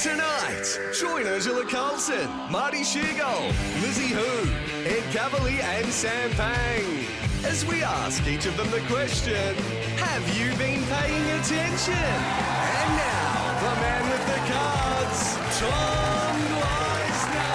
Tonight, join Ursula Carlson, Marty Shergold, Lizzie Who, Ed Cavalier, and Sam Pang as we ask each of them the question Have you been paying attention? And now, the man with the cards, Tom Leisner.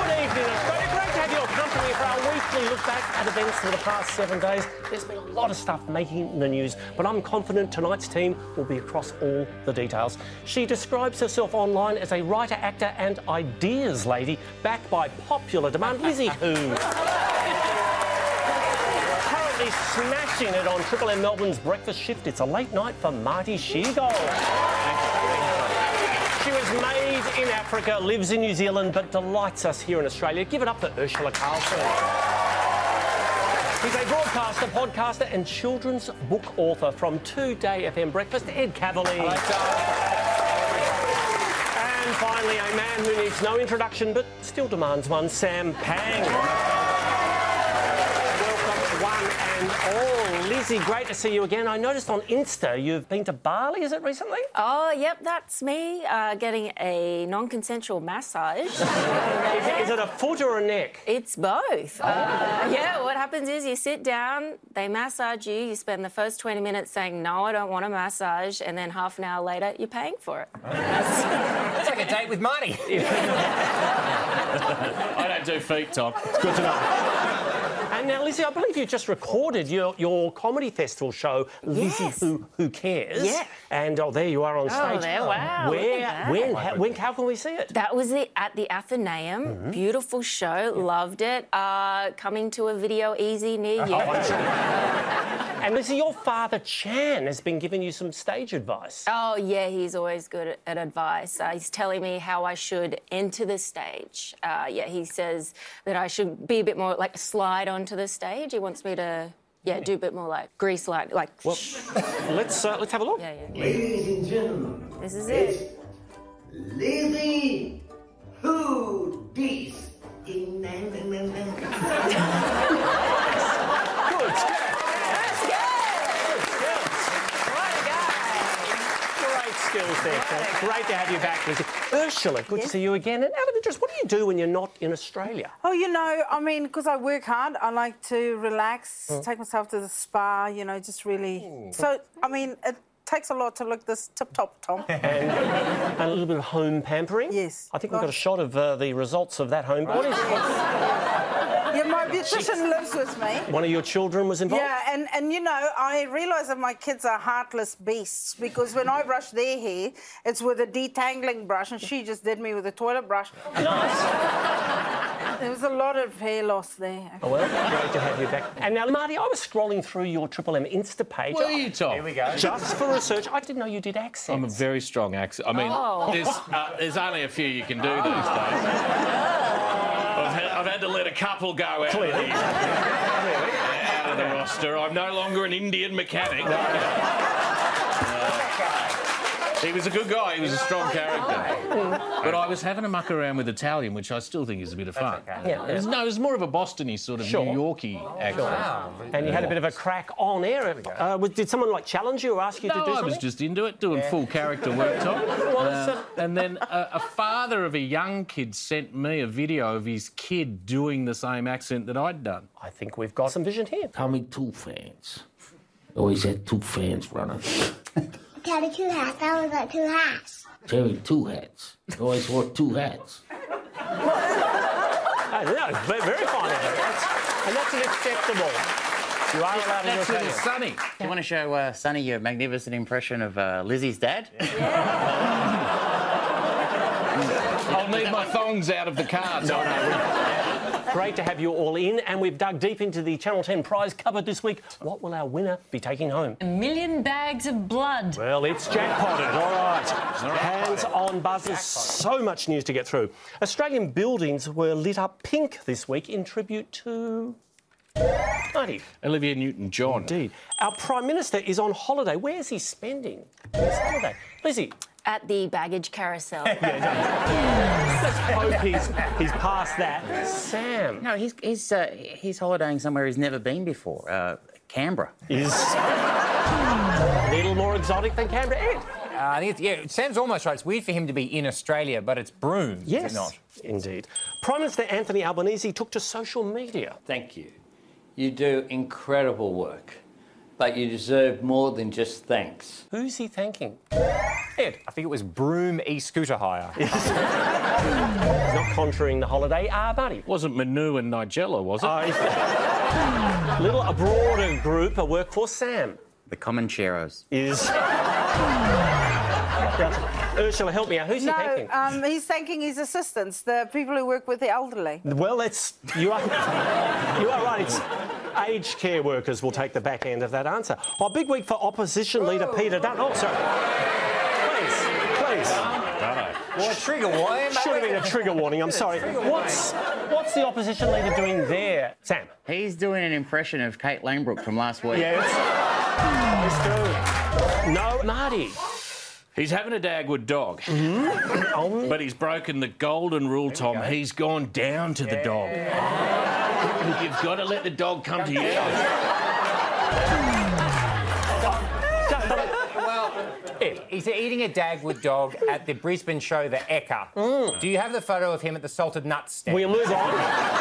Good evening, Australia. Great to have your company for our weekly look back at events for the past seven days. There's been a lot of stuff making the news, but I'm confident tonight's team will be across all the details. She describes herself online as a writer, actor, and ideas lady, backed by popular demand. Lizzie Who currently smashing it on Triple M Melbourne's breakfast shift. It's a late night for Marty Sheargold. She was made in Africa, lives in New Zealand, but delights us here in Australia. Give it up for Ursula Carlson. He's a broadcaster, podcaster, and children's book author from Two Day FM Breakfast, Ed Cavalier. And finally, a man who needs no introduction but still demands one, Sam Pang. Welcome, one and all. Lizzie, great to see you again. I noticed on Insta you've been to Bali, is it recently? Oh, yep, that's me uh, getting a non consensual massage. Is it- is it a Oh. foot or a neck? it's both. Uh, yeah, what happens is you sit down, they massage you, you spend the first 20 minutes saying, No, I don't want a massage, and then half an hour later, you're paying for it. It's like a date with Marty. I don't do feet, Tom. It's good to know. And now, Lizzie, I believe you just recorded your, your comedy festival show, Lizzie Yes. Who, Who Cares. Yeah. And oh, there you are on stage. there, wow, look at Where, that. when, how, when, how can we see it? That was the, at the Athenaeum. Mm-hmm. Beautiful show, loved it. Uh, coming to a video easy Oh, near you. And Lizzie, your father Chan has been giving you some stage advice. Oh, yeah, he's always good at- at advice. Uh, he's telling me how I should enter the stage. Uh, yeah, he says that I should be a bit more like slide onto the stage. He wants me to, yeah, do a bit more like grease light, like, Let's uh, let's have a look. Oh. yeah, yeah. Ladies and gentlemen, This is it's it. Lizzie Who Dis. Good. That's good. What a guy. Great skills there, Tom. Great to have you back, Lizzie. Ursula, good Yeah. to see you again. And out of interest, what do you do when you're not in Australia? Oh, you know, I mean, because I work hard, I like to relax, Hmm. take myself to the spa, you know, just really. So, I mean, it takes a lot to look this tip top, Tom. And a little bit of home pampering? Yes. I think we've got a Gosh. shot of uh, the results of that home. What is yeah, my beautician lives with me. One of your children was involved? Yeah, and, and you know, I realise that my kids are heartless beasts because when I brush their hair, it's with a detangling brush, and she just did me with a toilet brush. There was a lot of hair loss there. Oh, well, great to have you back. And now, Marty, I was scrolling through your Triple M Insta page. What are you, Tom? Here we go. Just for research, I didn't know you did I'm a accents. very strong accent. I mean, Oh. there's, uh, there's only a few you can do these days. I've had, I've had to let a couple go out, of, the, out of the roster. I'm no longer an Indian mechanic. Uh, he was a good guy. He was a strong character. But I was having a muck around with Italian, which I still think is a bit of fun. Yeah, It was, no, it was more of a Bostony sort of Sure. New Yorkie accent. And you had a bit of a crack on air. Uh, was- did someone like challenge you or ask you to No, do I something? was just into it, doing full character work, Tom. it's Uh, and then a, a father of a young kid sent me a video of his kid doing the same accent that I'd done. I think we've got some vision here. Oh. Tommy Two Fans. Always had two fans running. Daddy two hats. I was got two hats. Terry Two Hats. Always wore two hats. Oh, no, ve- very fine. Adam. That's- and that's unacceptable. You are allowed in your That's little Italian. Sonny. Do you want to show uh, Sonny your magnificent impression of uh, Lizzie's dad? I'll need my thongs out of the car. No, Great to have you all in, and we've dug deep into the Channel 10 prize cupboard this week. What will our winner be taking home? million bags of blood. Well, it's jackpotted, all right. Hands on buzzers, so much news to get through. Australian buildings were lit up pink this week in tribute to. Marty. Olivia Newton-John. Indeed. Our Prime Minister is on holiday. Where's he spending his holiday? Lizzie, At the baggage carousel. let's hope he's, he's past that. Sam No, he's he's uh, he's holidaying somewhere he's never been before. Uh, Canberra. is a little more exotic than Canberra. Ed. Uh, I think it's, yeah, Sam's almost right. It's weird for him to be in Australia, but it's brooms, is it Yes, not? indeed. Prime Minister Anthony Albanese took to social media. Thank you. You do incredible work, but you deserve more than just thanks. Who's he thanking? Ed, I think it was broom e-scooter hire. Not contraring the holiday, ah, buddy. Wasn't Manu and Nigella, was it? Little a broader group, a workforce. Sam The Comancheros. is. Now, Ursula, help me out. Who's he No, thanking? um, he's thanking his assistants, the people who work with the elderly. Well, it's you are you are right. It's aged care workers will take the back end of that answer. Oh, big week for opposition leader Peter Dunn. Oh, sorry. Please, please. What trigger warning? Should have been a trigger warning. I'm sorry. What's what's the opposition leader doing there, Sam? He's doing an impression of Kate Lanebrook from last week. Yes. No, Marty. He's having a dag with dog. Mm-hmm. But he's broken the golden rule, Tom. He's gone down to the dog. You've got to let the dog come to you. Ed, he's eating a Dagwood dog at the Brisbane show, the Ekka. Do you have the photo of him at the salted nuts stand? We'll move on.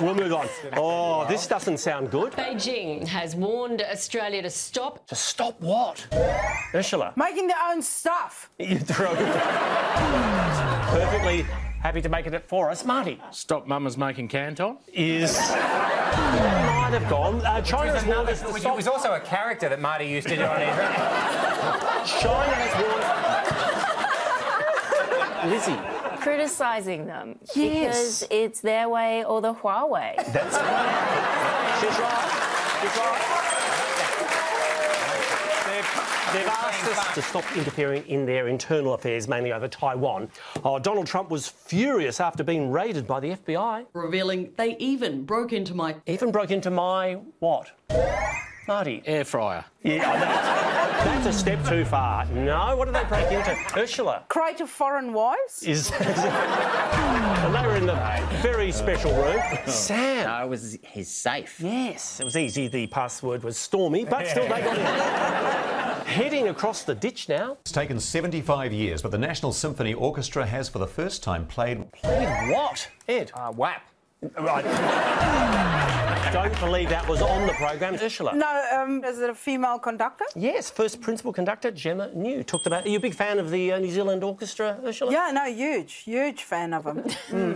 We'll move on. Oh, this doesn't sound good. Beijing has warned Australia to stop. To stop what? Ursula, Making their own stuff. you throw perfectly happy to make it for us. Marty Stop Mama's making Canton. is might have gone. Uh, Which was China's another- warned us to which stop. was also a character that Marty used to do on his China has warned. Lizzie, Criticising them Yes. because it's their way or the Huawei. that's she's right. She's right. They've asked us to stop interfering in their internal affairs, mainly over Taiwan. Oh, Donald Trump was furious after being raided by the FBI. revealing they even broke into my Even broke into my what? Marty. Air fryer. Yeah, I know. that's a step too far. No, what did they break into? Ursula Cry to foreign wives. is. and they were in the very special room. Sam. No, it was his safe. Yes, it was easy. The password was Stormy, but still they got in. Heading across the ditch now. It's taken 75 years, but the National Symphony Orchestra has for the first time played. Played what, Ed? Uh, WAP. Right. Don't believe that was on the program, Ursula. No, um, is it a female conductor? Yes, first principal conductor Gemma New took the. Bat. Are you a big fan of the uh, New Zealand Orchestra, Ursula? Yeah, no, huge, huge fan of them. they,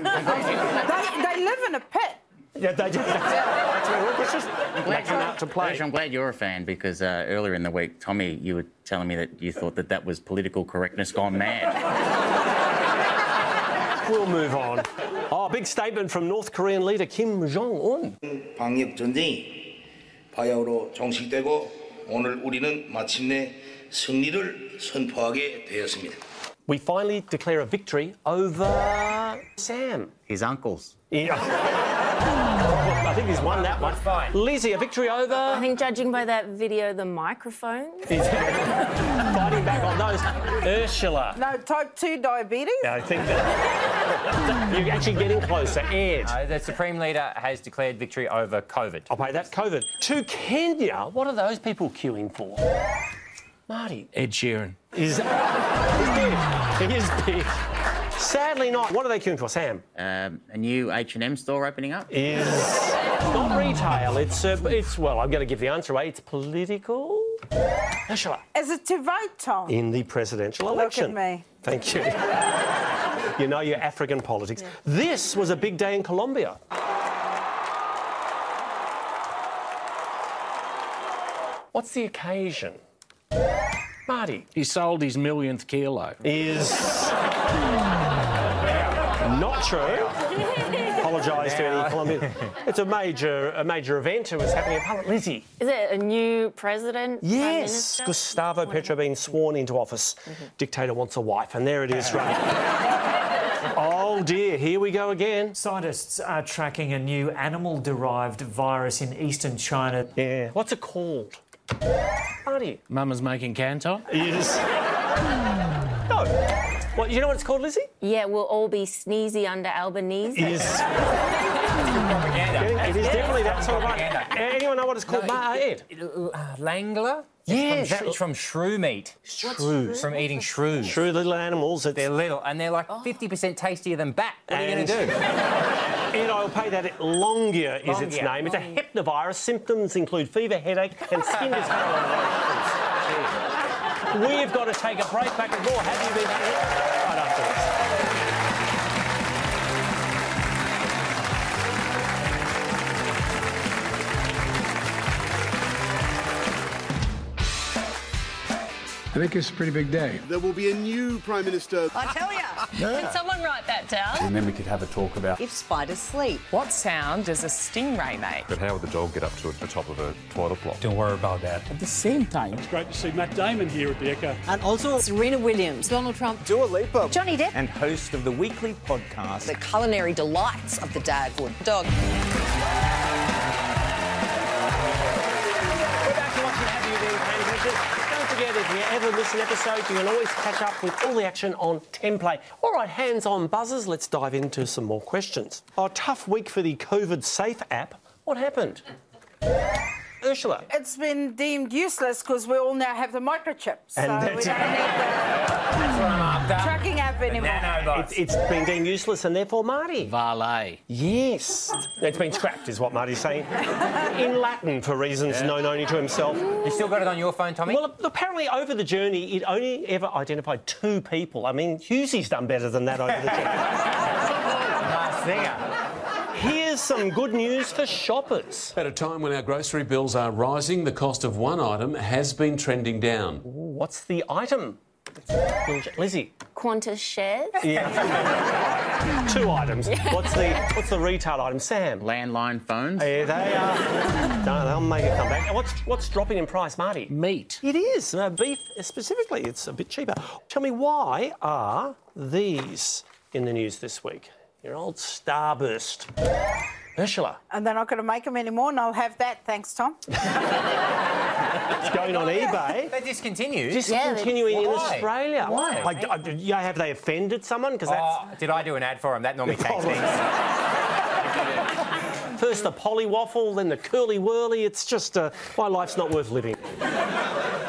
they live in a pit. Yeah, they do. That's where orchestras make them out to play. Raj, I'm glad you're a fan because uh, earlier in the week, Tommy, you were telling me that you thought that that was political correctness gone mad. We'll move on. Oh, big statement from North Korean leader Kim Jong Un. 방역 전쟁이 파야흐로 종식되고 오늘 우리는 마침내 승리를 선포하게 되었습니다. We finally declare a victory over Sam. His uncles. Yeah. I think he's won that one. Lizzie, a victory over. I think, judging by that video, the microphone. Fighting back on those. Ursula. No, type 2 diabetes. Yeah, I think that. You're actually getting closer, Ed. Uh, the Supreme Leader has declared victory over COVID. I'll pay that COVID. To Kenya, what are those people queuing for? Marty. Ed Sheeran. Is. He's big. He is big. Sadly not. What are they queuing for, Sam? Um, a new H&M store opening up. Is. Not retail. It's, uh, it's well, I'm going to give the answer away. It's political. Ursula. Is it to vote, Tom? in the presidential Look election. at me. Thank you. you know your African politics. This was a big day in Colombia. What's the occasion? Marty He sold his millionth kilo. is not true. Apologise to any Colombian. It's a major, a major event. It was happening in Parliament. Lizzie. Is it a new president? prime Yes, minister? Gustavo Petro being sworn into office. Mm-hmm. Dictator wants a wife, and there it is, right? oh dear, here we go again. Scientists are tracking a new animal derived virus in eastern China. Yeah. What's it called? Marty. Mama's making Canton. Yes. no. What, you know what it's called, Lizzie? Yeah, we'll all be sneezy under Albanese. Is. Propaganda. It is definitely that sort of one. Propaganda. Anyone know what it's called? Ma- Ed. Uh, Langler? Yeah, it's from, shrew- it's from shrew meat. shrews? From eating shrews. Shrew little animals. They're little and they're like 50% tastier than bat. What are you going to do? And I'll pay that it, Longia is its Longia. name. It's a hypnovirus. Symptoms include fever, headache, and skin discoloration. We've got to take a break. Back with more. Have you been? Right after this. I think it's a pretty big day. There will be a new Prime Minister. I tell you. Yeah. Can someone write that down? And then we could have a talk about If spiders sleep. What sound does a stingray make? but how would the dog get up to the top of a toilet block? Don't worry about that. At the same time, it's great to see Matt Damon here at the Echo. And also Serena Williams, Donald Trump, Dua Lipa, Johnny Depp, And host of the weekly podcast. the culinary delights of the Dagwood dog. We're back to watching Have You Been Paying Attention? Don't forget, if you ever miss an episode, you can always catch up with all the action on Template. All right, hands on buzzers. Let's dive into some more questions. Oh, tough week for the COVID Safe app. What happened? Ursula. It's been deemed useless because we all now have the microchip, so And we that's- don't need the tracking app anymore. It's, it's been deemed useless and therefore Marty. Valet. Yes. It's been scrapped, is what Marty's saying. In Latin, for reasons known only to himself. You still got it on your phone, Tommy? Well, apparently, over the journey, it only ever identified two people. I mean, Hughesy's done better than that over the journey. nice singer. Here's some good news for shoppers. At a time when our grocery bills are rising, the cost of one item has been trending down. What's the item? Lizzie. Qantas shares. Yeah. Two items. What's the what's the retail item, Sam? Landline phones. Yeah, they are. No, they'll make a comeback. And What's what's dropping in price, Marty? Meat. It is. Uh, beef specifically. It's a bit cheaper. Tell me why are these in the news this week? Your old starburst, Ursula. And they're not going to make them anymore, and I'll have that. Thanks, Tom. It's going on eBay. They discontinued. Discontinuing in Why? Australia. Why? I, I, yeah, have they offended someone? Because that's Oh, did I do an ad for him? That normally takes Probably. things. Uh, First the polly waffle, then the curly whirly. It's just uh, my life's not worth living.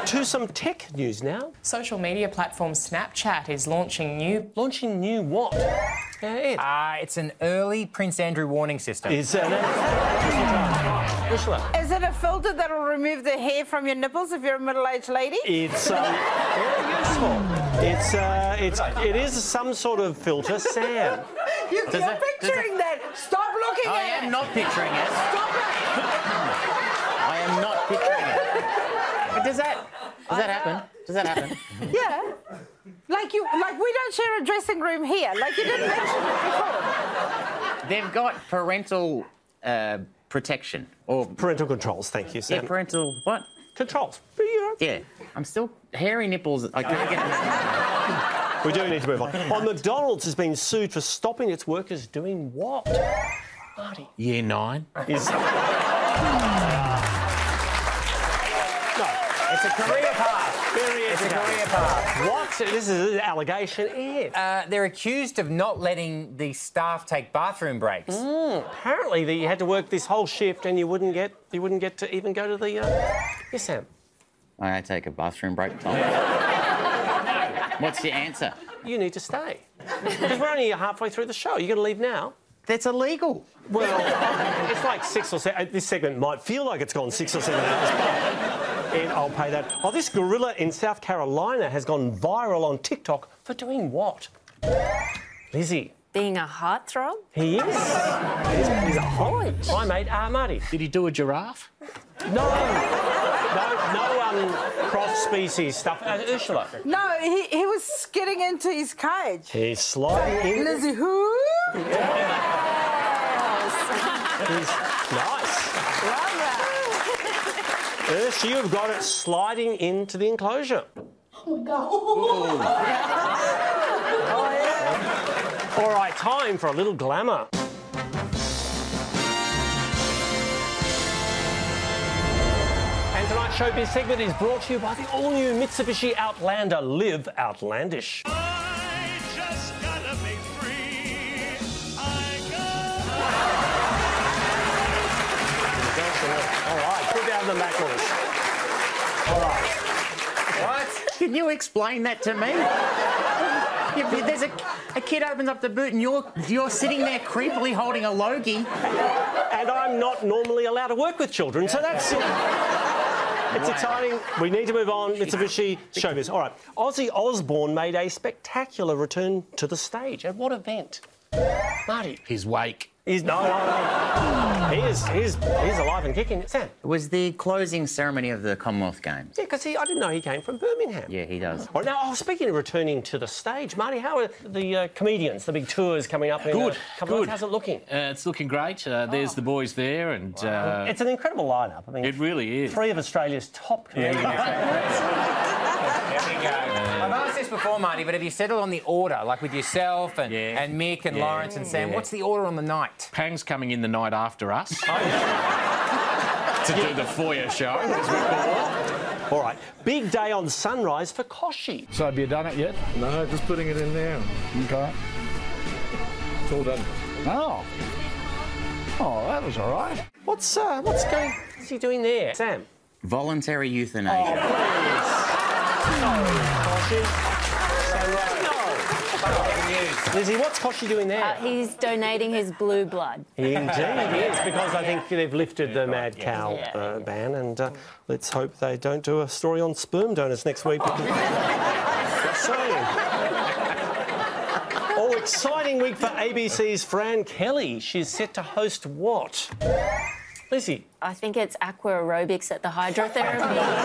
to some tech news now. Social media platform Snapchat is launching new. Launching new what? Uh, it's an early Prince Andrew warning system. Is that Ursula? Is it a filter that'll remove the hair from your nipples if you're a middle-aged lady? It's um, very useful. It's uh, it's it is some sort of filter, Sam. You, Does Oh, you're that- does picturing that. Stop looking I at it. am not picturing it. Stop I am not picturing it. But does that does that happen? Does that happen? it. Yeah. Like you, like we don't share a dressing room here. Like you didn't mention it before. They've got parental uh, protection or parental controls. Thank you, Sam. Yeah, parental what? Controls. Yeah, I'm still hairy nipples. I can't get. We do need to move on. Well, McDonald's has been sued for stopping its workers doing what? Marty. Year nine. Is... It's a career path. It's a career path. What? This is an allegation. If. Uh, they're accused of not letting the staff take bathroom breaks. Apparently, that you had to work this whole shift and you wouldn't get you wouldn't get to even go to the. Uh... Yes, Sam. I take a bathroom break. Tom. What's your answer? You need to stay because we're only halfway through the show. You're going to leave now. That's illegal. Well, it's like six or seven. This segment might feel like it's gone six or seven hours, but- and I'll pay that. Oh, this gorilla in South Carolina has gone viral on TikTok for doing what? Lizzie. Being a heartthrob. Uh, He is. He's, he's a hot. Hi, mate. Uh, Marty. Did he do a giraffe? No. No, no um, cross species stuff. Uh, Ursula. No, he, he was skidding into his cage. He's sliding in. Lizzie, who? He's- nice. Ursula, you've got it sliding into the enclosure. Oh my god. All right, time for a little glamour. And tonight's showbiz segment is brought to you by the all-new Mitsubishi Outlander. Live outlandish. All right, put down the macros. All right. Can you explain that to me? If there's a, a kid opens up the boot and you're you're sitting there creepily holding a logie. And I'm not normally allowed to work with children, so that's. It's exciting. We need to move on. Mitsubishi Showbiz. All right. Ozzy Osbourne made a spectacular return to the stage. At what event? Marty. His wake. He's no, no, no. He is, he is, he's alive and kicking. Sam. It was the closing ceremony of the Commonwealth Games. Yeah, because I didn't know he came from Birmingham. Yeah, he does. All right, now, oh, speaking of returning to the stage, Marty, how are the uh, comedians, the big tours coming up? In Good, a couple good. Of months? How's it looking? Uh, it's looking great. Uh, Oh. there's the boys there, and uh, it's an incredible lineup. I mean, it really is. three of Australia's top comedians. I've asked this before, Marty, but have you settled on the order, like with yourself and, and Mick and Yeah. Lawrence and Sam? Yeah. What's the order on the night? Pang's coming in the night after us Oh, to do the foyer show. as we All right, big day on Sunrise for Koshi. So have you done it yet? No, just putting it in there. Okay. It's all done. Oh. Oh, that was all right. What's uh, what's going? What's he doing there, Sam? Voluntary euthanasia. Lizzie, what's Koshi doing there? Uh, he's donating his blue blood. Indeed, yes, because I think they've lifted the mad cow Yeah. uh, ban, and uh, let's hope they don't do a story on sperm donors next week. because- Just saying. Oh, exciting week for ABC's Fran Kelly. She's set to host what? Lizzie, I think it's aqua aerobics at the hydrotherapy.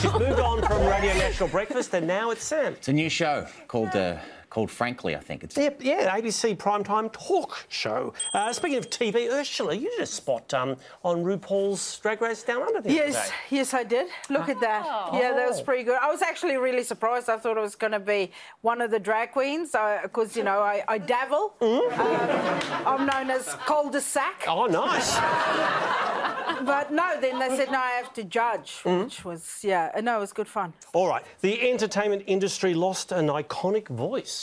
she's moved on from Radio National Breakfast, and now it's Sam. It's a new show called uh, called Frankly, I think. It's Yeah, yeah, ABC primetime talk show. Uh, speaking of TV, Ursula, you did a spot um, on RuPaul's Drag Race Down Under the other Yes, day. yes, I did. Look at that. Yeah, that was Oh. pretty good. I was actually really surprised. I thought it was going to be one of the drag queens because, you know, I, I dabble. Um, I'm known as cul-de-sac. Oh, nice. But no, then they said, no, I have to judge, which was, yeah, uh, no, it was good fun. All right, the entertainment industry lost an iconic voice.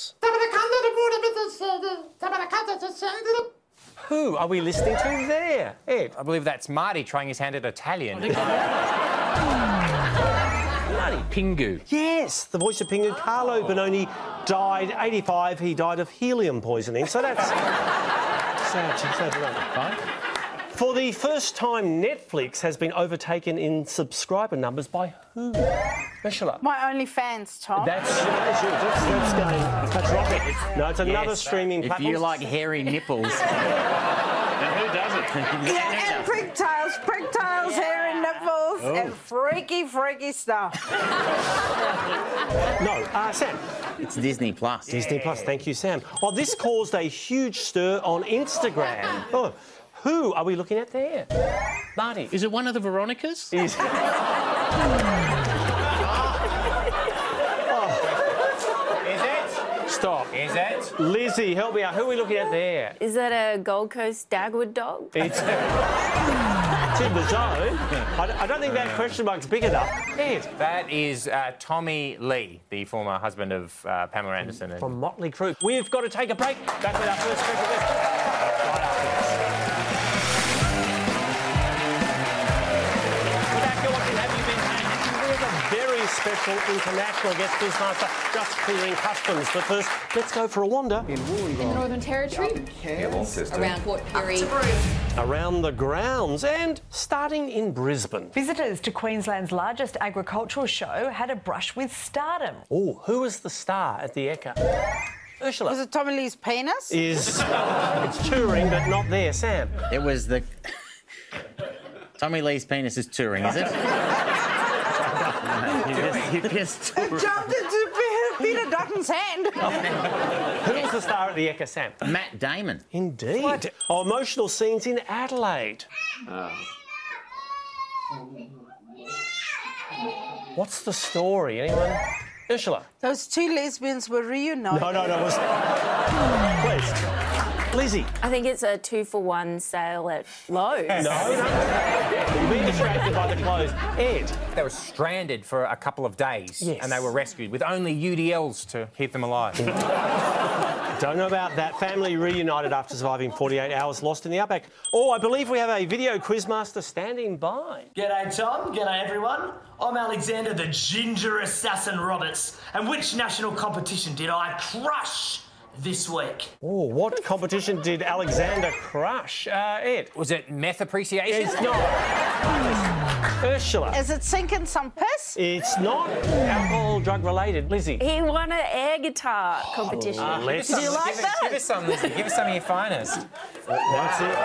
Who are we listening to there? Ed. Oh. I believe that's Marty trying his hand at Italian. Pingu. Yes, the voice of Pingu, Oh. Carlo Benoni, died 85. He died of helium poisoning. So that's sad. sad to know. For the first time, Netflix has been overtaken in subscriber numbers by who? Ursula. My OnlyFans, Tom. That's, that's, you. that's, that's going. That's rocket. No, it's another Yes. streaming If platform. you like hairy nipples. Who doesn't? Yeah, and pigtails, pigtails, hair and nipples, Oh. and freaky, freaky stuff. No, uh, Sam. It's Disney Plus. Disney Plus. Thank you, Sam. Oh, this caused a huge stir on Instagram. Oh, who are we looking at there? Marty. Is it one of the Veronicas? Is... Is it? Stop. Is it? Lizzie, help me out. Who are we looking at there? Is that a Gold Coast Dagwood dog? It's, It's in the zone. I don't- I don't think that question mark's big enough. Ed. That is uh, Tommy Lee, the former husband of uh, Pamela Anderson. And... From Motley Crue. We've got to take a break. Back with our first special guest. Right after this. We're back. You're watching Have You Been Hacked? And we have a Very special international guest quizmaster just clearing customs. But first, let's go for a wander Northern Territory. Around Port Pirie. around the grounds and starting in Brisbane. Visitors to Queensland's largest agricultural show had a brush with stardom. Oh, who was the star at the Eka? Ursula. Was it Tommy Lee's penis? Is it's touring, but not there, Sam. It was the. Tommy Lee's penis is touring, is it? you just, you just It jumped into Peter, Peter Dutton's hand. Who was the star at the Eka, Sam? Matt Damon. Indeed. Oh, emotional scenes in Adelaide. Uh. What's the story? Anyone? Ursula. Those two lesbians were reunited. No, no, no. it Was... Please. Lizzie. I think it's a two for one sale at Lowe's. No, no. Be distracted by the clothes. Ed. They were stranded for a couple of days Yes. and they were rescued with only UDLs to keep them alive. Don't know about that. Family reunited after surviving 48 hours lost in the outback. Oh, I believe we have a video quizmaster standing by. G'day, Tom. G'day, everyone. I'm Alexander the Ginger Assassin Roberts. And which national competition did I crush this week? Oh, what competition did Alexander crush? Uh, Ed. Was it meth appreciation? It's not. Ursula. Is it sinking some piss? It's not alcohol drug related. Lizzie. He won an air guitar competition. Ah, let's- Do you like give, that? us- give us some, Lizzie. Give us some of your finest. That's it.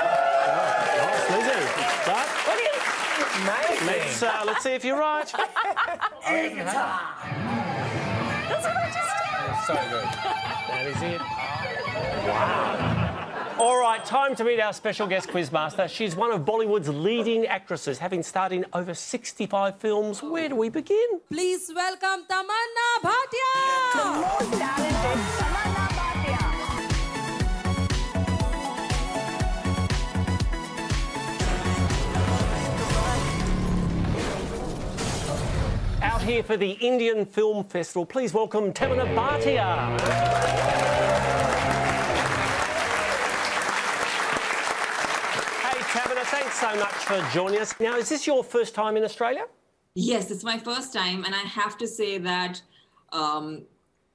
Nice, Lizzie. But Amazing. let's, uh, let's see if you're right. That's what I just So good. That is it. Wow. All right, time to meet our special guest quizmaster. She's one of Bollywood's leading actresses, having starred in over 65 films. Where do we begin? Please welcome Tamanna Bhatia. Out here for the Indian Film Festival, please welcome Tamina Bhatia. Hey, Tamina, thanks so much for joining us. Now, is this your first time in Australia? Yes, it's my first time, and I have to say that um,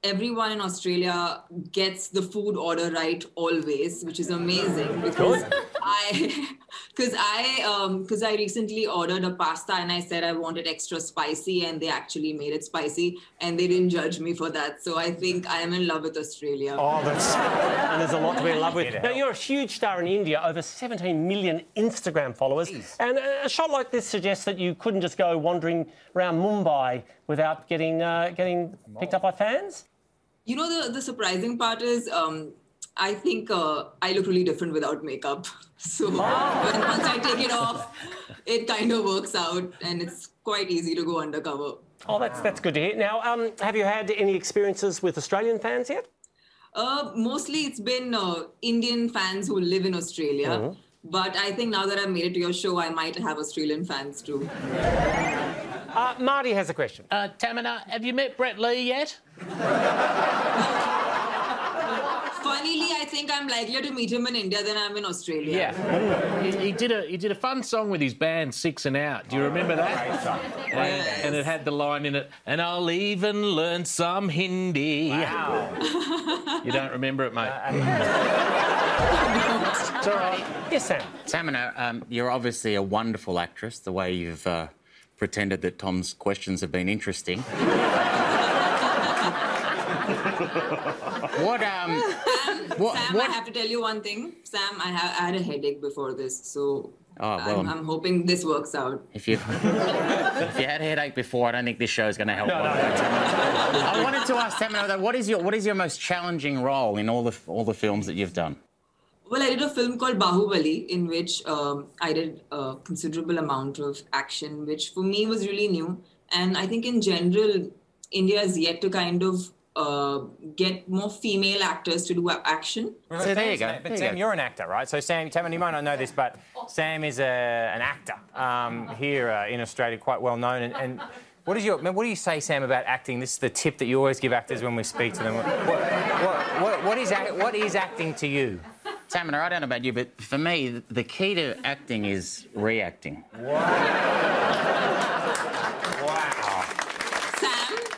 everyone in Australia gets the food order right always, which is amazing because I because I um, because I recently ordered a pasta and I said I wanted extra spicy, and they actually made it spicy, and they didn't judge me for that. So I think I am in love with Australia. Oh, that's. and there's a lot to be in love with. Now, you're a huge star in India, over 17 million Instagram followers. And a a shot like this suggests that you couldn't just go wandering around Mumbai without getting, uh, getting picked up by fans? You know the the surprising part is um, I think uh, I look really different without makeup. So when, once I take it off, it kind of works out, and it's quite easy to go undercover. Oh, that's, that's good to hear. Now, um, have you had any experiences with Australian fans yet? Uh, mostly, it's been uh, Indian fans who live in Australia. Mhm. Mm-hmm. But I think now that I've made it to your show, I might have Australian fans too. Uh, Marty has a question. Uh, Tamina, have you met Brett Lee yet? Funnily, I think I'm likelier to meet him in India than I'm in Australia. Yeah. he, he did a he did a fun song with his band Six and Out. Do you remember that? Yes. And it had the line in it, and I'll even learn some Hindi. you don't remember it, mate. Uh, It's all right. Yes, Sam. Samina, um, you're obviously a wonderful actress, the way you've uh, pretended that Tom's questions have been interesting. what, um, Sam, What- Sam what- I have to tell you one thing. Sam, I, have, I had a headache before this, so Oh, well, I'm, I'm- I'm hoping this works out. if you if you had a headache before, I don't think this show's going to help. I wanted to ask Samina, though, what is your what is your most challenging role in all the all the films that you've done? Well, I did a film called Bahubali, in which um, I did a considerable amount of action, which for me was really new. And I think in general, India is yet to kind of uh, get more female actors to do a- action. Well, Sam's an- But Sam, you are an actor, right? So Sam, Tamron, you might not know this, but Sam is a, an actor um, here uh, in Australia, quite well known. And, and what is your? What do you say, Sam, about acting? This is the tip that you always give actors when we speak to them. What, what, what, what is act- what is acting to you? Samina, I don't know about you, but for me, the key to acting is reacting. Sam,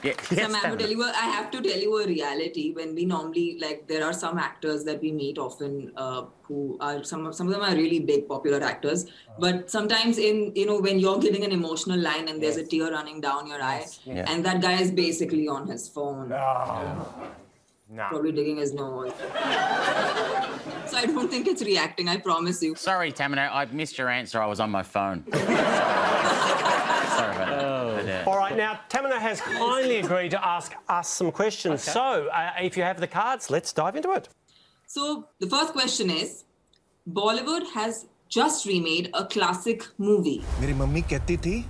Yeah, Sam, I have, Tamina. to tell you a, I have to tell you a reality. When we normally like, there are some actors that we meet often uh, who are some of some of them are really big popular actors. Uh-huh. But sometimes in you know when you're giving an emotional line and there's a tear running down your eye, yes. Ah. and that guy is basically on his phone, probably digging his nose. so I don't think it's reacting. I promise you. Sorry, Tamina, I missed your answer. I was on my phone. Sorry about that. But, uh, All right, now, Tamina has kindly agreed to ask us some questions. So, uh, if you have the cards, let's dive into it. So the first question is, Bollywood has just remade a classic movie. मेरी mummy कहती थी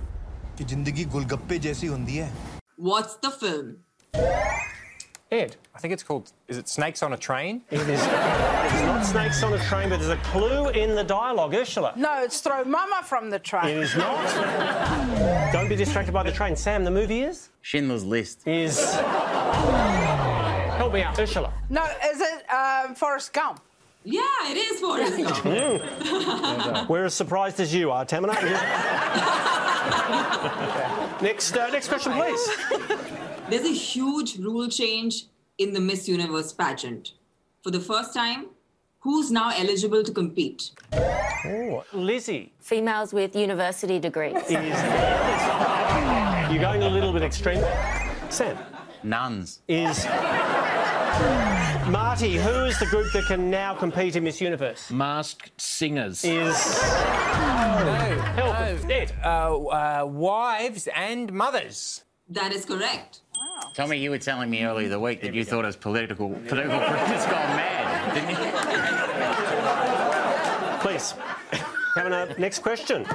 कि जिंदगी गोलगप्पे जैसी होती है What's the film? Ed, I think it's called. Is it Snakes on a Train? It is. It's not snakes on a train, but there's a clue in the dialogue. Ursula. No, it's throw mama from the train. It is not. Don't be distracted by the train. Sam, the movie is? Schindler's List. Is. Help me out, Ursula. No, is it um, Forrest Gump. Yeah, it is Forrest Gump. We're as surprised as you are, Tamina. next, uh, next question, please. There's a huge rule change in the Miss Universe pageant. For the first time, who's now eligible to compete? Lizzie. Females with university degrees. You're going a little bit extreme. Sam. Nuns. Is. Marty, who is the group that can now compete in Miss Universe? Masked singers. Is. Help. Ed. Uh, uh, wives and mothers. That is correct. Tommy, you were telling me earlier the week that you thought it was political. Political has gone mad, didn't you? Please. Coming up, next question.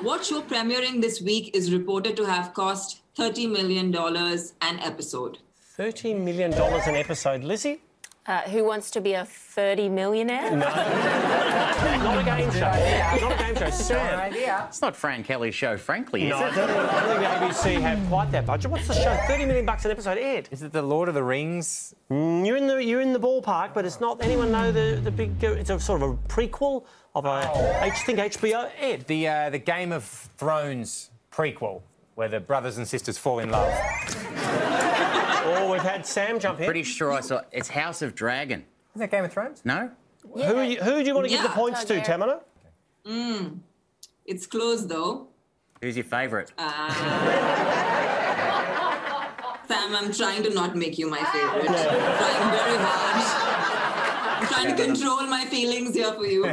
What show premiering this week is reported to have cost $30 million an episode? $30 million an episode, Lizzie? Uh, who wants to be a 30 millionaire? Not a game show. Not a game show. Sam. It's not Fran Kelly's show, frankly, No, is I it? don't think- I don't think the ABC have quite that budget. What's the show? Thirty million bucks an episode. Ed. Is it The Lord of the Rings? Mm, you're in the you're in the ballpark, but it's not. Anyone know the the big? It's a sort of a prequel of a. I think HBO. Ed. The uh, the Game of Thrones prequel, where the brothers and sisters fall in love. oh, we've had Sam jump in. Pretty sure I saw it's House of Dragon. Isn't that Game of Thrones? No? Who are you- who do you want to give the Yeah. points to, Tamina? Mm. It's close though. Uh, Who's your favourite? Sam, I'm trying to not make you my favorite. I'm trying very hard. I'm trying to control my feelings here for you.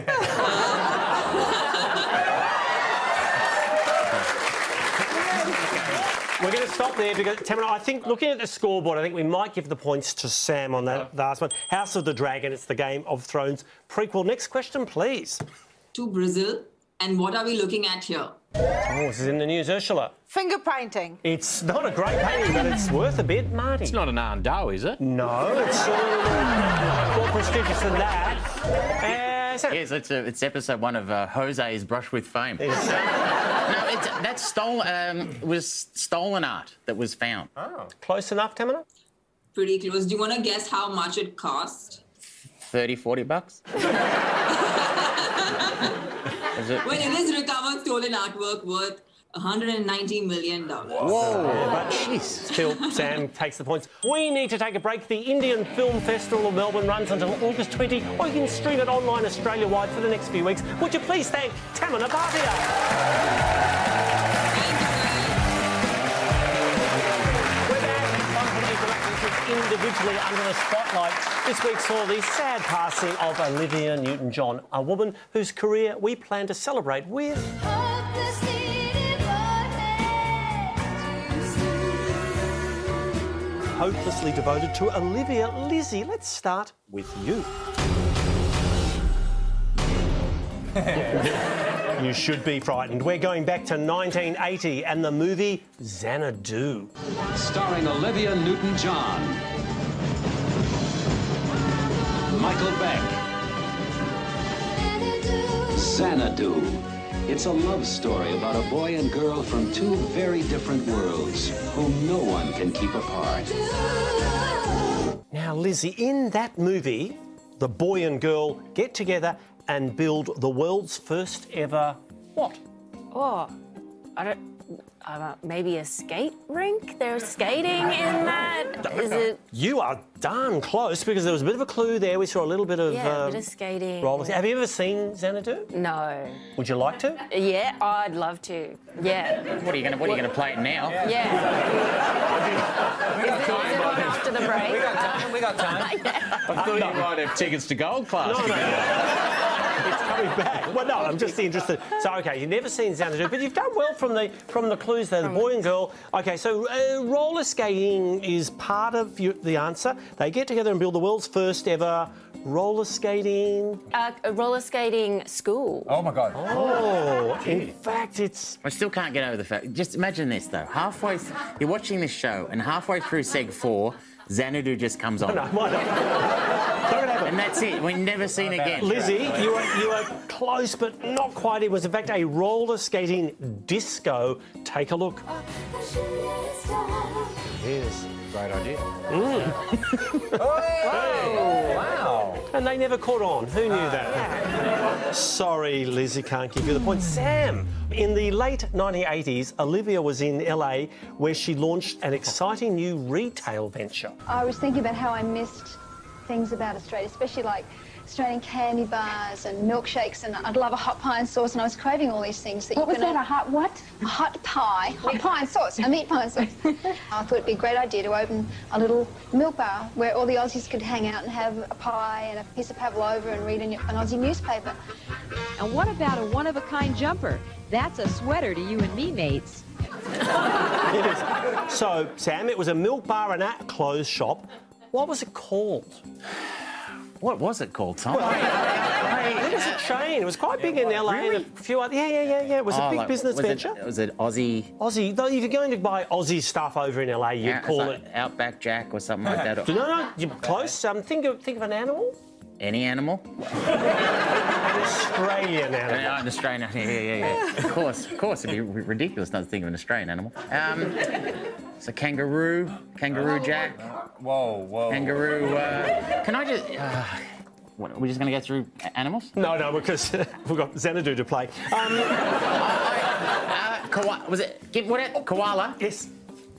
We're going to stop there because Tamina. I think looking at the scoreboard, I think we might give the points to Sam on that last one. House of the Dragon. It's the Game of Thrones prequel. Next question, please. to Brazil, and what are we looking at here? Oh, this is in the news, Ursula. Finger painting. It's not a great painting, but it's worth a bit, Marty. It's not an Arndo, is it? No, it's uh, more prestigious than that. Uh, Yes, it's, a, it's episode one of uh, Jose's Brush with Fame. no, it's, that stole, um, was stolen art that was found. Oh. Close enough, Tamina? Pretty close. Do you want to guess how much it cost? 30, 40 bucks. Is it- Well, it is recovered stolen artwork worth 190 million dollars. but still, Sam takes the points. We need to take a break. The Indian Film Festival of Melbourne runs until August 20, or you can stream it online Australia wide for the next few weeks. Would you please thank Tamina Bhatia? We're back on Police Relations with Individually under the spotlight, this week saw the sad passing of Olivia Newton John, a woman whose career we plan to celebrate with. hopelessly devoted to Olivia Lizzie. Let's start with you. you should be frightened. We're going back to 1980 and the movie Xanadu. starring Olivia Newton John, Michael Beck, Xanadu. It's a love story about a boy and girl from two very different worlds whom no one can keep apart. Now, Lizzie, in that movie, the boy and girl get together and build the world's first ever. What? Oh, I don't. Uh, maybe a skate rink? They're skating in that? Is it. You are darn close because there was a bit of a clue there. We saw a little bit of. Yeah, a um, bit of skating. roller- Have you ever seen Xanadu? No. Would you like to? Yeah, I'd love to. Yeah. What are you gonna What are you gonna play it now? Yeah. Is it- is it on after the break? We got time, we got time. I thought you might have tickets to Gold Class. No, It's coming back. Well, no, I'm just interested. So, okay, you've never seen Xanadu, but you've done well from the from the clues there, the boy and girl. Okay, so uh, roller skating is part of your, the answer. They get together and build the world's first ever roller skating. Uh, a roller skating school. Oh my god. Oh, in fact, it's. I still can't get over the fact. Just imagine this though. Halfway, th- you're watching this show, and halfway through Seg Four, Xanadu just comes on. No, why not? and that's it. We're never seen again. Lizzie, you were, you were close, but not quite. It was, in fact, a roller skating disco. Take a look. It is. Great idea. wow. And they never caught on. Who knew Ah, that? Sorry, Lizzie, can't give you the point. Sam, in the late 1980s, Olivia was in LA where she launched an exciting new retail venture. Ah. I was thinking about how I missed things about Australia, especially like Australian candy bars and milkshakes, and I'd love a hot pie and sauce, and I was craving all these things. That What you was couldn't- that, a hot what? A hot pie, hot pie and sauce, a meat pie and sauce. I thought it'd be a great idea to open a little milk bar where all the Aussies could hang out and have a pie and a piece of pavlova and read an an Aussie newspaper. And what about a one of a kind jumper? That's a sweater to you and me, mates. It is. So, Sam, it was a milk bar and a clothes shop. What was it called? What was it called, Tom? I think it was a chain. It was quite big in LA. and A few other, yeah, yeah, yeah, yeah. It was a Oh, big like, business was it- venture. was it Aussie? Aussie, though, if you're going to buy Aussie stuff over in LA, you'd Yeah, it's call like it. Outback Jack or something like that. No, no, you're close. Um, think of think of an animal. Any animal? An Australian animal. Yeah, an Australian animal. Yeah, yeah, yeah. of course, of course. It'd be r- ridiculous not to think of an Australian animal. Um, it's a kangaroo. Kangaroo Jack. Whoa, whoa. Kangaroo. Uh, can I just. Uh, what, are we just going to go through a- animals? No, no, because we've got Xanadu to play. Uh, koala. Was it. Give, what, it- koala? Yes.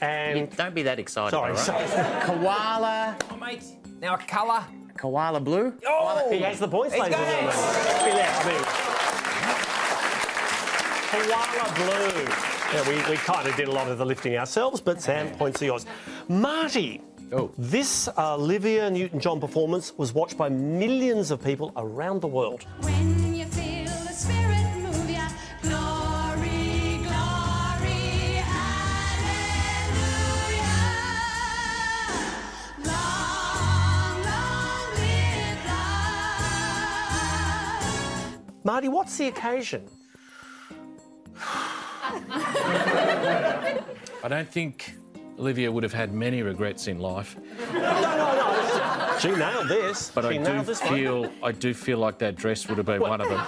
And. don't be that excited. Sorry, all sorry. Koala. Oh, mate. Now a colour. Koala blue. He has the points, Oh. He's ladies and got gentlemen. Yeah, I mean- Koala blue. Yeah, we, we kind of did a lot of the lifting ourselves, but Sam, points are yours. Marty. Oh. This Olivia Newton-John performance was watched by millions of people around the world. When you feel the spirit move ya, glory, glory, hallelujah. Long, long live Marty, what's the occasion? I don't think Olivia would have had many regrets in life. She nailed this. But I She nailed do this one. feel I do feel like that dress would have been one of them.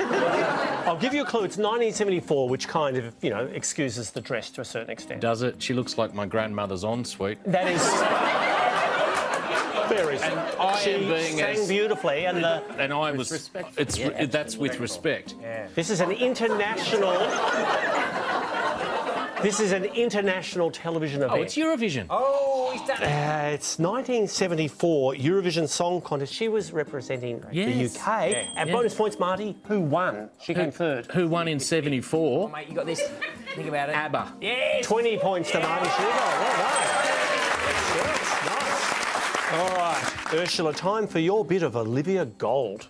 I'll give you a clue. It's 1974, which kind of, you know, excuses the dress to a certain extent. Does it? She looks like my grandmother's ensuite. That is very. she am being sang as- beautifully, and the And I was. It's re- that's with respect. This is an international. this is an international television event. Oh, it's Eurovision. Oh, he's done it. Uh, it's 1974 Eurovision Song Contest. She was representing the Yes. UK. Yeah. And Yeah. bonus points, Marty. Who won? She came third. Who won in '74? Mate, you got this. Think about it. ABBA. Yes. 20 points to Marty Schuber. Well done. Yes, nice. All right, Ursula, time for your bit of Olivia Gold.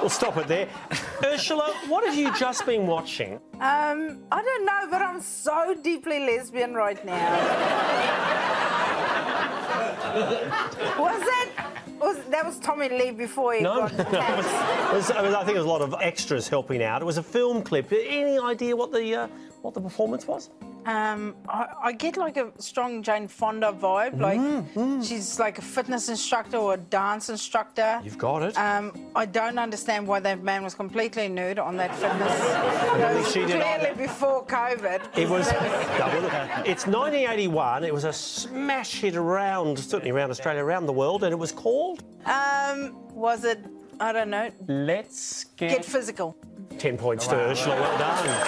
We'll stop it there. Ursula, what have you just been watching? Um, I don't know, but I'm so deeply lesbian right now. was it? Was that was Tommy Lee before he No, got no, it was, it was- I, mean, I think there was a lot of extras helping out. It was a film clip. Any idea what the uh, what the performance was? Um, I, I get like a strong Jane Fonda vibe. Like Mm, she's like a fitness instructor or a dance instructor. You've got it. Um, I don't understand why that man was completely nude on that fitness. don't think she did Clearly before COVID. It was. No, well, it's 1981. It was a smash hit around, certainly around Australia, around the world, and it was called Um, was it? I don't know. Let's Get, Get physical. 10 points to Ursula. Well done.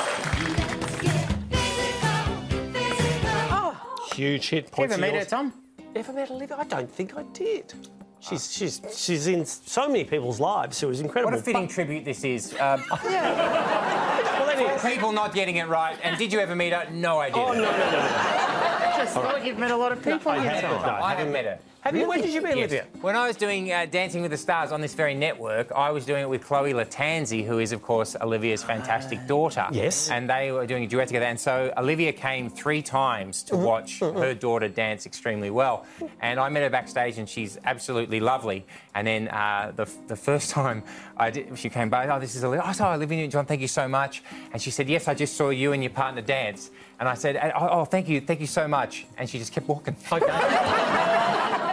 Oh, Huge hit. Points Ever to meet her, yours. Tom? Ever met Olivia? I don't think I did. She's, she's, she's in so many people's lives. It was incredible. What a fitting But- tribute this is. Um, Well, that is- for people not getting it right. And did you ever meet her? No, I didn't. Oh, no, no, no, no. Just All right. you've met a lot of people. I haven't, no, I haven't met her. Have you? Where did you be, Yes. Olivia? When I was doing uh, Dancing with the Stars on this very network, I was doing it with Chloe Latanzi, who is, of course, Olivia's fantastic daughter. Yes. And they were doing a duet together. And so Olivia came three times to watch her daughter dance extremely well. And I met her backstage, and she's absolutely lovely. And then uh, the, the first time I did, she came by, oh, this is Olivia. Oh, sorry, Olivia Newton-John, thank you so much. And she said, yes, I just saw you and your partner dance. And I said, oh, oh thank you, thank you so much. And she just kept walking.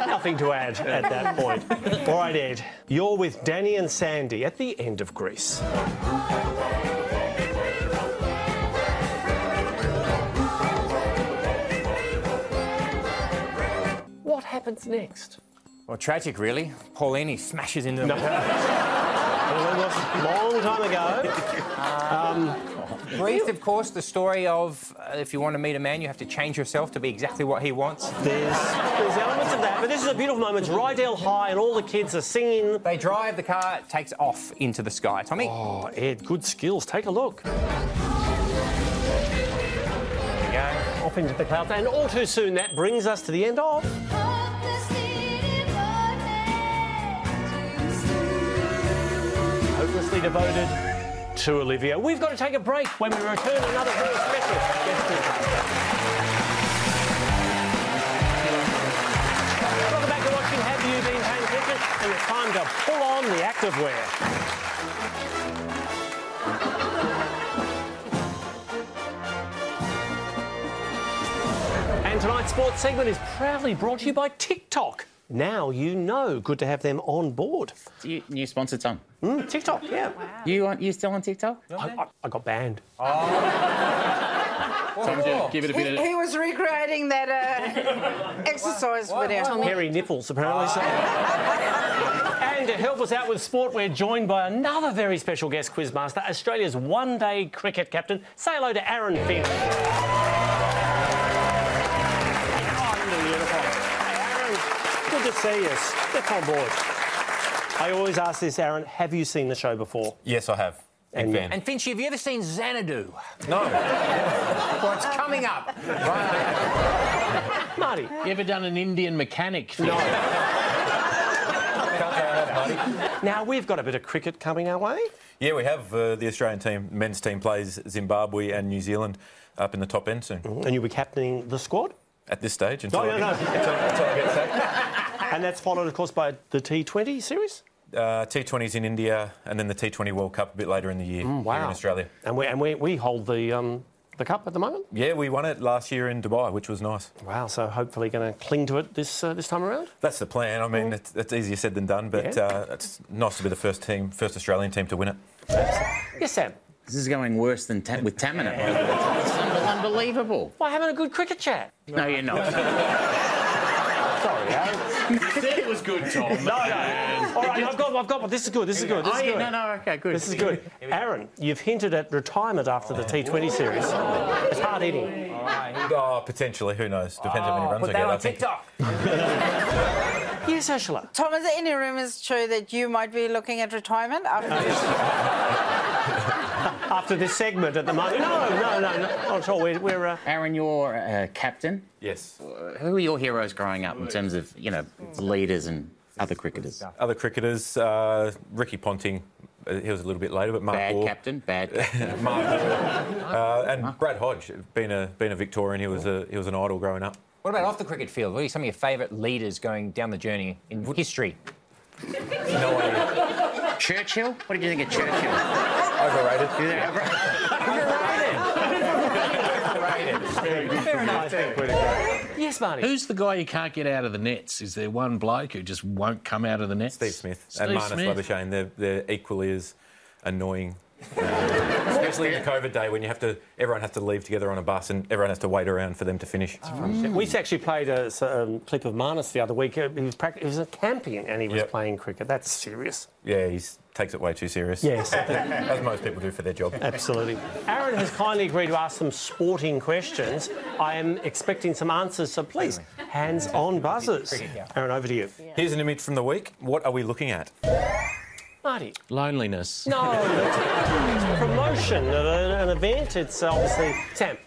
Nothing to add at that point. All right, Ed. You're with Danny and Sandy at the end of Greece. What happens next? Well, tragic, really. Paulini smashes into them. long time ago. Greece, of course, the story of uh, if you want to meet a man, you have to change yourself to be exactly what he wants. There's, there's elements of that, but this is a beautiful moment. It's Rydell High, and all the kids are singing. They drive the car, it takes off into the sky. Tommy? Oh, Ed, good skills. Take a look. There you go. Off into the clouds, and all too soon that brings us to the end of. Hopelessly devoted to Olivia. We've got to take a break when we return. Another very special guest. in. Welcome back to watching Have You Been Paying Attention? And it's time to pull on the activewear. And tonight's sports segment is proudly brought to you by TikTok. Now you know. Good to have them on board. You, new sponsored song. Mm, TikTok, yeah. You on, you still on TikTok? I, I, I got banned. Tom, yeah, give it a bit He, of. he was recreating that uh, exercise video. Hairy nipples, apparently. So. and to help us out with sport, we're joined by another very special guest quizmaster, Australia's one-day cricket captain. Say hello to Aaron Finn. Oh, you're beautiful. Hey, Aaron, good to see you. Step on board. I always ask this, Aaron. Have you seen the show before? Yes, I have. Big fan. And Finchie, have you ever seen Xanadu? No. well, it's coming up. Marty, you ever done an Indian mechanic? No. Now we've got a bit of cricket coming our way. Yeah, we have uh, the Australian team, men's team plays Zimbabwe and New Zealand up in the top end soon. And you'll be captaining the squad? At this stage, until, Oh, No, I, no, get, no. until, until I get sacked. And that's followed, of course, by the T20 series. Uh, T20s in India and then the T20 World Cup a bit later in the year Mm, here in wow. Australia. And we and we, we hold the um, the cup at the moment. Yeah, we won it last year in Dubai, which was nice. Wow. So hopefully going to cling to it this uh, this time around. That's the plan. I mean, it's, it's easier said than done, but Yeah. uh, it's nice to be the first team, first Australian team to win it. Yes, Sam. This is going worse than ta- with Tamina. It's un- unbelievable. Why having a good cricket chat? No, you're not. Sorry, Aaron. You said it was good, Tom. No, no. All right, I've got, I've got one. This is good. This is good. This Oh, is yeah, good. no, no, okay, good. This is good. Aaron, you've hinted at retirement after the T20 series. It's hard eating. Oh, potentially. Who knows? Depends how many runs I Put get. that I on think. TikTok. Yes, Ursula. Tom, is there any rumours true that you might be looking at retirement? After After this segment at the moment. No, no, no, no. Not at all. We're, we're uh, Aaron, you're uh, captain. Yes. Who are your heroes growing up in terms of, you know, leaders and other cricketers? Other cricketers, uh, Ricky Ponting. uh, He was a little bit later, but Mark Bad Waugh. captain, bad captain. Mark Waugh. Uh, and Brad Hodge, being a being a Victorian, he was a he was an idol growing up. What about off the cricket field? What are some of your favourite leaders going down the journey in history? No idea. Churchill? What did you think of Churchill? Overrated. Is there ever- yes, Marty. Who's the guy you can't get out of the nets? Is there one bloke who just won't come out of the nets? Steve Smith and Marnus Labuschagne, they're, they're equally as annoying. Uh, especially in the COVID day when you have to, everyone has to leave together on a bus and everyone has to wait around for them to finish. We actually played a s- um, clip of Marnus the other week. Uh, He was, prac- he was a camping and he was Yep. playing cricket. That's serious. Yeah, he takes it way too serious. Yes. as most people do for their job. Absolutely. Aaron has kindly agreed to ask some sporting questions. I am expecting some answers, so please, hands on buzzers. Aaron, over to you. Here's an image from the week. What are we looking at? Marty. Loneliness. No, it's a promotion, of a- an event. It's uh, obviously Sam.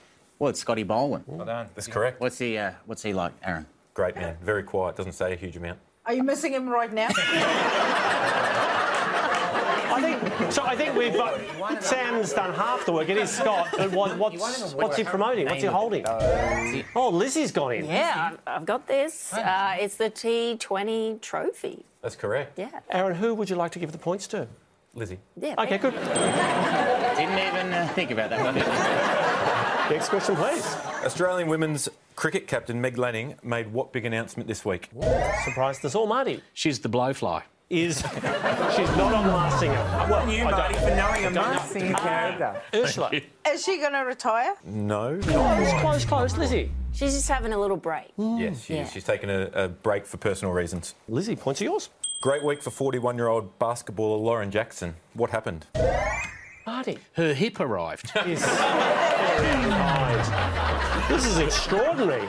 Well, it's Scotty Baldwin. That's correct. What's he? Uh, what's he like, Aaron? Great man. Very quiet. Doesn't say a huge amount. Are you missing him right now? I think so. I think we've got, Sam's done half the work. It is Scott. But what, what's, what's he promoting? What's he holding? Oh, Lizzie's got him. Yeah, I've, I've got this. Uh, it's the T20 trophy. That's correct. Yeah. Aaron, who would you like to give the points to? Lizzie. Yeah. Okay, good. Didn't even uh, think about that. Next question, please. Australian women's cricket captain Meg Lanning made what big announcement this week? Surprised us all, Marty. She's the blowfly. Is she's not on Mask Singer? Well, you, I don't- Marty, for knowing I a don't Mask know. Singer Ah, character. Ursula. Is she going to retire? No. Close, close, close, Lizzie. She's just having a little break. Mm. Yes, she Yeah. is. She's taken a, a break for personal reasons. Lizzie, points are yours. Great week for 41 year old basketballer Lauren Jackson. What happened? Marty. Her hip arrived. This is extraordinary.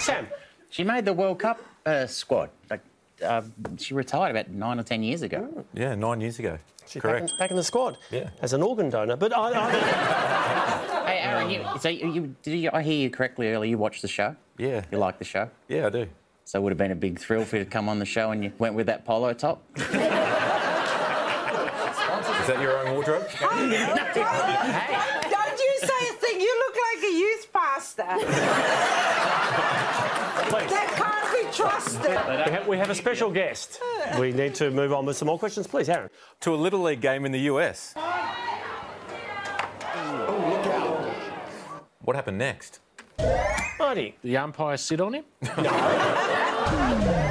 Sam. She made the World Cup uh, squad. Like, uh, she retired about nine or ten years ago. Yeah, nine years ago. She's back in, Correct. back in the squad Yeah. as an organ donor. But I, I, Hey, Aaron, you, so Um, you, you, did you, I hear you correctly earlier. You watched the show. Yeah. You like the show. Yeah, I do. So it would have been a big thrill for you to come on the show, and you went with that polo top. Is that your own wardrobe? Don't you say a thing. You look like a youth pastor. please. That can't be trusted. We have, we have a special guest. We need to move on with some more questions, please, Aaron. To a Little League game in the US. What happened next? Marty. The umpire sit on him.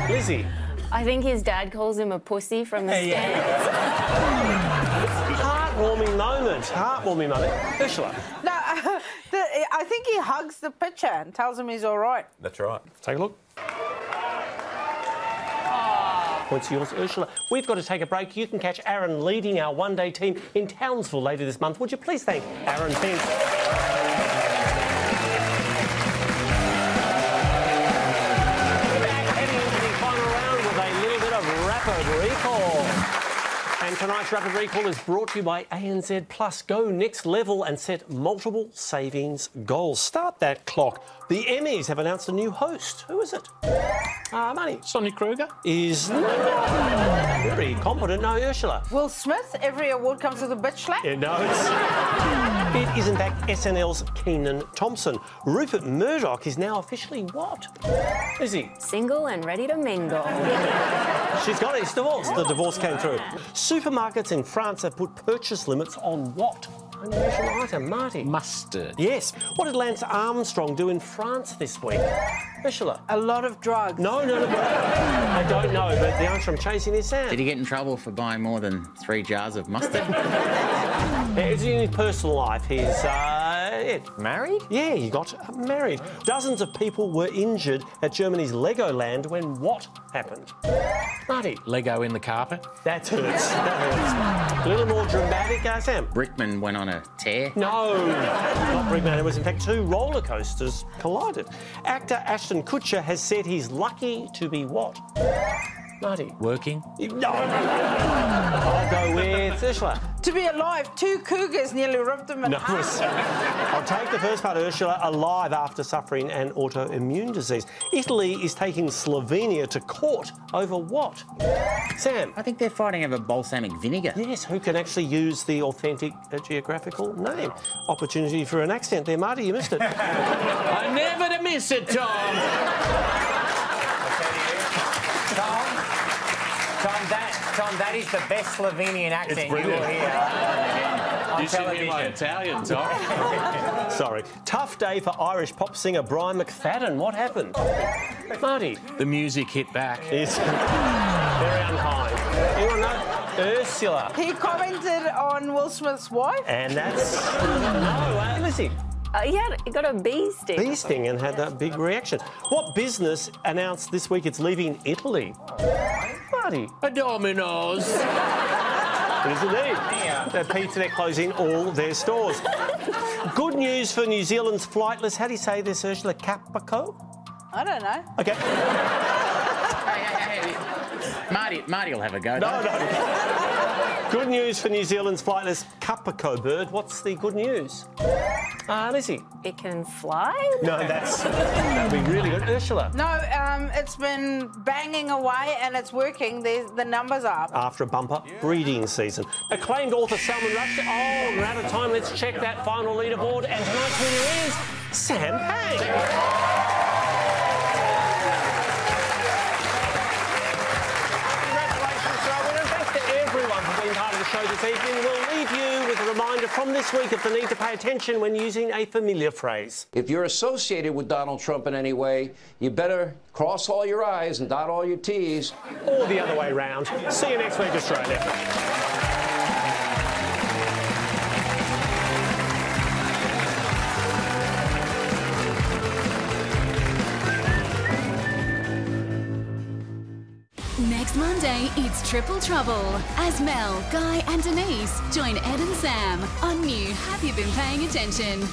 Lizzie. I think his dad calls him a pussy from the stands. Heartwarming moment. Heartwarming moment. Ursula. No, uh, the, I think he hugs the pitcher and tells him he's all right. That's right. Take a look. Points are yours, Ursula. We've got to take a break. You can catch Aaron leading our one day team in Townsville later this month. Would you please thank Aaron Fink? Back heading into the final round with a little bit of rapid recall. And tonight's Rapid Recall is brought to you by ANZ Plus. Go next level and set multiple savings goals. Start that clock. The Emmys have announced a new host. Who is it? Ah, money. Sonny Kruger. Is not very competent. No, Ursula. Will Smith, every award comes with a bitch slap. Yeah, no, it's. It is in fact SNL's Keenan Thompson. Rupert Murdoch is now officially what? Is he? Single and ready to mingle. She's got it. It's divorce. The divorce came through. Supermarkets in France have put purchase limits on what? Unusual item, Marty. Mustard. Yes. What did Lance Armstrong do in France this week? Ursula. A lot of drugs. No, no, no. I don't know, but the answer I'm chasing is Did Sam. he get in trouble for buying more than three jars of mustard? It's in his personal life. He's, uh, it. Married? Yeah, he got married. Dozens of people were injured at Germany's Legoland when what happened? Marty. Lego in the carpet. That hurts. That hurts. A little more dramatic, uh, Sam. Brickman went on a tear. No, not Brigman. It was in fact two roller coasters collided. Actor Ashton Kutcher has said he's lucky to be what? Marty. Working. No. I'll go with Ursula. To be alive, two cougars nearly ripped him in No, half. it's- I'll take the first part, Ursula, alive after suffering an autoimmune disease. Italy is taking Slovenia to court over what? Sam. I think they're fighting over balsamic vinegar. Yes, who can actually use the authentic uh, geographical name? Opportunity for an accent there, Marty. You missed it. I never to miss it, Tom. Tom, Tom, that, Tom, that is the best Slovenian accent you will brilliant. hear on You should be television. my Italian, Tom. Sorry. Tough day for Irish pop singer Brian McFadden. What happened? Marty. The music hit back. Is very unkind. Anyone know? Ursula. He commented on Will Smith's wife. And that's. no, uh, Lizzie. Uh, he, had, he got a bee sting. Bee sting and had that big reaction. What business announced this week it's leaving Italy? Marty. A Domino's. It is indeed. They're pizza, they're closing all their stores. Good news for New Zealand's flightless. How do you say this, Ursula? Capico? I don't know. Okay. Hey, hey, hey. Marty, Marty will have a go. No, though. no. Good news for New Zealand's flightless Kapako bird. What's the good news? Ah, Lizzie. It can fly? No, that's that'd be really good. Ursula. No, um, it's been banging away and it's working. There's, the numbers are up. After a bumper breeding season. Acclaimed author Salman Rushdie. Oh, we're out of time. Let's check that final leaderboard. And tonight's winner is Sam Pang. Everyone for being part of the show this evening. We'll leave you with a reminder from this week of the need to pay attention when using a familiar phrase. If you're associated with Donald Trump in any way, you better cross all your I's and dot all your T's. Or the other way round. See you next week, Australia. Next Monday, it's Triple Trouble as Mel, Guy, and Denise join Ed and Sam on new Have You Been Paying Attention?